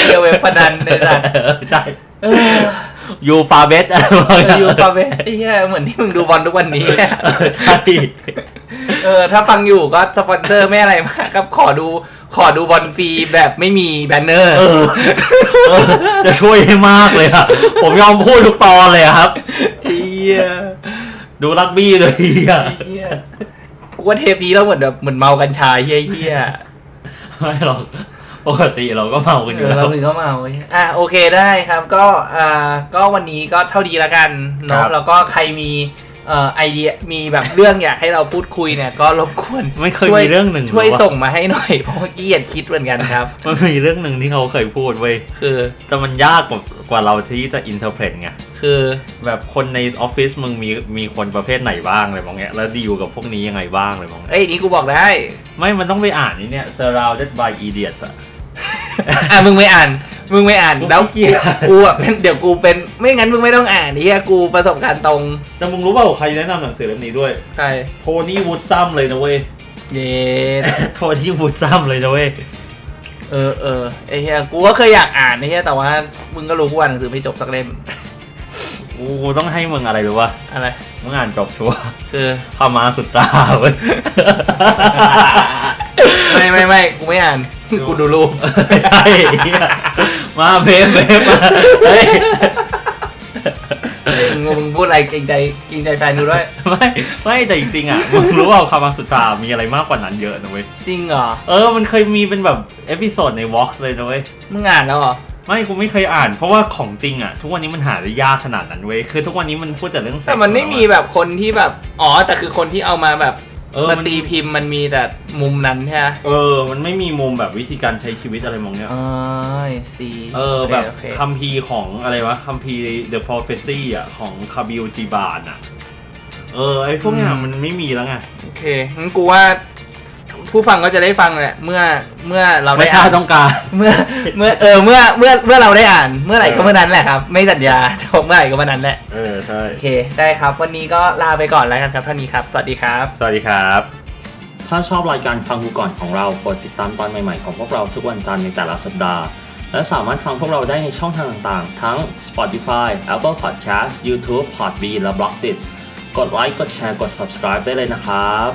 S2: เดียวเว็บพนันในสัตว์
S1: ใช่
S2: เออ
S1: ยูฟาเบสอะไรประมาณ
S2: อยู่
S1: เนี้ย
S2: ฟังไปไอ้เหี้ยเหมือนที่มึงดูบอลทุกวันนี้
S1: เออใช่
S2: เออ ถ้าฟังอยู่ก็สปอนเซอร์ไม่อะไรมากครับ ขอดูขอดูบอลฟรีแบบไม่มีแบนเนอร์
S1: เออเออ จะช่วยให้มากเลยอะผมยอมพูดทุกตอนเลยอะครับ
S2: ไอ้เหี้ย
S1: ดูรักบี้เลยอ่ะ
S2: ไอ้เหี้ยกูว่าเทปนี้เราเหมือนแบบเหมือนเมากัญชาเหี้ยเหี้ย
S1: ไม่หรอกปกติเราก็เมากันอ
S2: เอยู่ อ
S1: แล้
S2: เรา
S1: ว
S2: ถึงก็เมาเว้ยอ่ะโอเคได้ครับ ก็อ่าก็วันนี้ก็เท่าดีละกัน
S1: ครั
S2: เนาะ
S1: บ
S2: แล้วก็ใครมีเอ่อไอเดียมีแบบเรื่องอยากให้เราพูดคุยเนี่ยก็รบกวน
S1: ไม่เคย
S2: ช่ว
S1: มีเรื่องหนึ่ง
S2: ช่วย
S1: หรอวะ
S2: ส่งมาให้หน่อย เพราะว่าเกียดคิดเหมือนกันครับ
S1: มันมีเรื่องหนึ่งที่เขาเคยพูดเว้ย
S2: คือ
S1: แต่มันยากกว่ากว่าเราที่จะอินเทอร์เพตไง
S2: คือ
S1: แบบคนในออฟฟิศมึงมีมีคนประเภทไหนบ้างอะไรมองเงี้ยแล้วดีลกับพวกนี้ยังไงบ้างอะไรมองเงี้ย
S2: เอ้ยนี่กูบอกได้
S1: ไม่มันต้องไปอ่านนี่เนี่ย surrounded by idiots อะ
S2: อ่ะมึงไม่อ่าน มึงไม่อ่าน
S1: กู
S2: แล้ว
S1: ขี้เกียจ
S2: กูอ่ะเป็นเดี๋ยวกูเป็นไม่งั้นมึงไม่ต้องอ่านเฮียกูประสบการณ์ตรง
S1: แต่มึงรู้เปล่าใครแนะนำหนังสือเล่มนี้ด้วย
S2: ใช่
S1: โทนี่วูดซัมเลยนะเว้ย
S2: เย
S1: โทนี่วูดซัมเลยนะเว้ย
S2: เออเออไอเฮียกูก็เคยอยากอ่านไอเฮียแต่ว่ามึงก็รู้กูอ่านหนังสือไม่จบสักเล่ม
S1: กูต้องให้มึงอะไรรู้ป่ะ
S2: อะไร
S1: มึงอ่านจบชัวร์
S2: คือ
S1: ขามาสุดตาเว้ย
S2: ไม่ไม่ไม่กูไม่อ่าน กูดูรูป
S1: ไม่ใช่ไอ้เหี้ยมาเพฟเพฟมา เฮ้ย
S2: มึงมึงพูดอะไรเกรงใจเกรงใจแฟนดูด้วย
S1: ไม่ไม่แต่จริงๆอ่ะ มึงรู้ว่าคามาสุตรามีอะไรมากกว่านั้นเยอะนะเว้ย
S2: จริงเหรอ
S1: เออ มันเคยมีเป็นแบบ เอพิโซดในวอล์กเลยนะเว้ย
S2: มึงอ่านแล้วเหรอ
S1: ไม่กูไม่เคยอ่าน เพราะว่าของจริงอ่ะ ทุกวันนี้มันหาได้ยากขนาดนั้นเว้ย คือทุกวันนี้มันพูดแต่เรื่องเซ็ก
S2: แต่มันไม่มีแบบคนที่แบบอ๋อแต่คือคนที่เอามาแบบ
S1: เออ
S2: มา
S1: มัน
S2: ตีพิมพ์มันมีแต่มุมนั้นใช่ไหม
S1: เออ มันไม่มีมุมแบบวิธีการใช้ชีวิตอะไรมองเนี้ย
S2: อ๋อสี
S1: เออแบบ
S2: โอเค
S1: คัมภีร์ของอะไรวะคัมภีร์ The Prophecy อ่ะ ของคาบิลจีบานอ่ะ เออไอพวกเนี้ยมันไม่มีแล้วไง
S2: โอเคงั้นกูว่า ผู้ฟังก็จะได้ฟังแหละเมื่อเมื่อเรา
S1: ไม่
S2: ได้
S1: ใช่
S2: อ่าน
S1: ต้องการ
S2: เมื่อเมื่อเออเมื่อเมื่อเมื่อเราได้อ่านเมื่อไหร่ก็เมื่อนั้นแหละครับ ไม่สัญญา แต่ว่าเมื่อไหร่ก็เมื่อนั้นแหละ
S1: เออ ใช่
S2: โอเคได้ครับ วันนี้ก็ลาไปก่อนแล้วกันครับเท่านี้ครับ สวัสดีครับ
S1: สวัสดีครับ ถ้าชอบรายการฟังกูก่อนของเรากดติดตามตอนใหม่ๆของพวกเราทุกวันจันทร์ในแต่ละสัปดาห์ และสามารถฟังพวกเราได้ในช่องทางต่างๆ ทั้ง Spotify, Apple Podcast, YouTube, Podbean และ b l o g d i t กดไลค์ กดแชร์ กด subscribe ได้เลยนะครับ